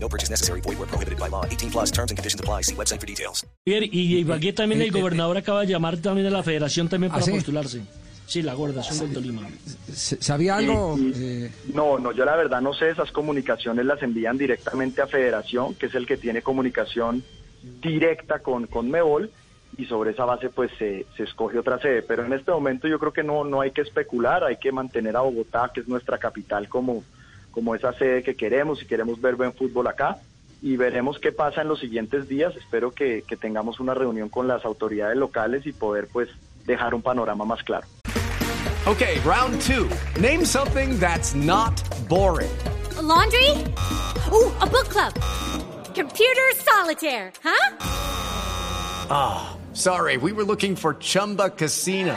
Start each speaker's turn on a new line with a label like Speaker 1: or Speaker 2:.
Speaker 1: No purchase necessary. Void where prohibited by law. 18 plus terms and conditions apply. See website for details.
Speaker 2: Javier, y aquí también el gobernador acaba de llamar también a la federación también
Speaker 3: Eh, ¿Ah,
Speaker 2: para
Speaker 3: sí? Ah,
Speaker 2: postularse. Sí, la gorda, son del Tolima.
Speaker 3: S- ¿Sabía algo? eh,
Speaker 4: No, no, yo la verdad no sé, esas comunicaciones las envían directamente a Federación, que es el que tiene comunicación directa con, con Mebol, y sobre esa base pues se, se escoge otra sede. Pero en este momento yo creo que no, no hay que especular, hay que mantener a Bogotá, que es nuestra capital, como, como esa sede que queremos y queremos ver buen fútbol acá. Y veremos qué pasa en los siguientes días. Espero que, que tengamos una reunión con las autoridades locales y poder pues dejar un panorama más claro.
Speaker 5: Okay, round two. Name something that's not boring.
Speaker 6: laundry? Ooh, a book club. Computer solitaire, huh?
Speaker 5: Sorry, we were looking for Chumba Casino.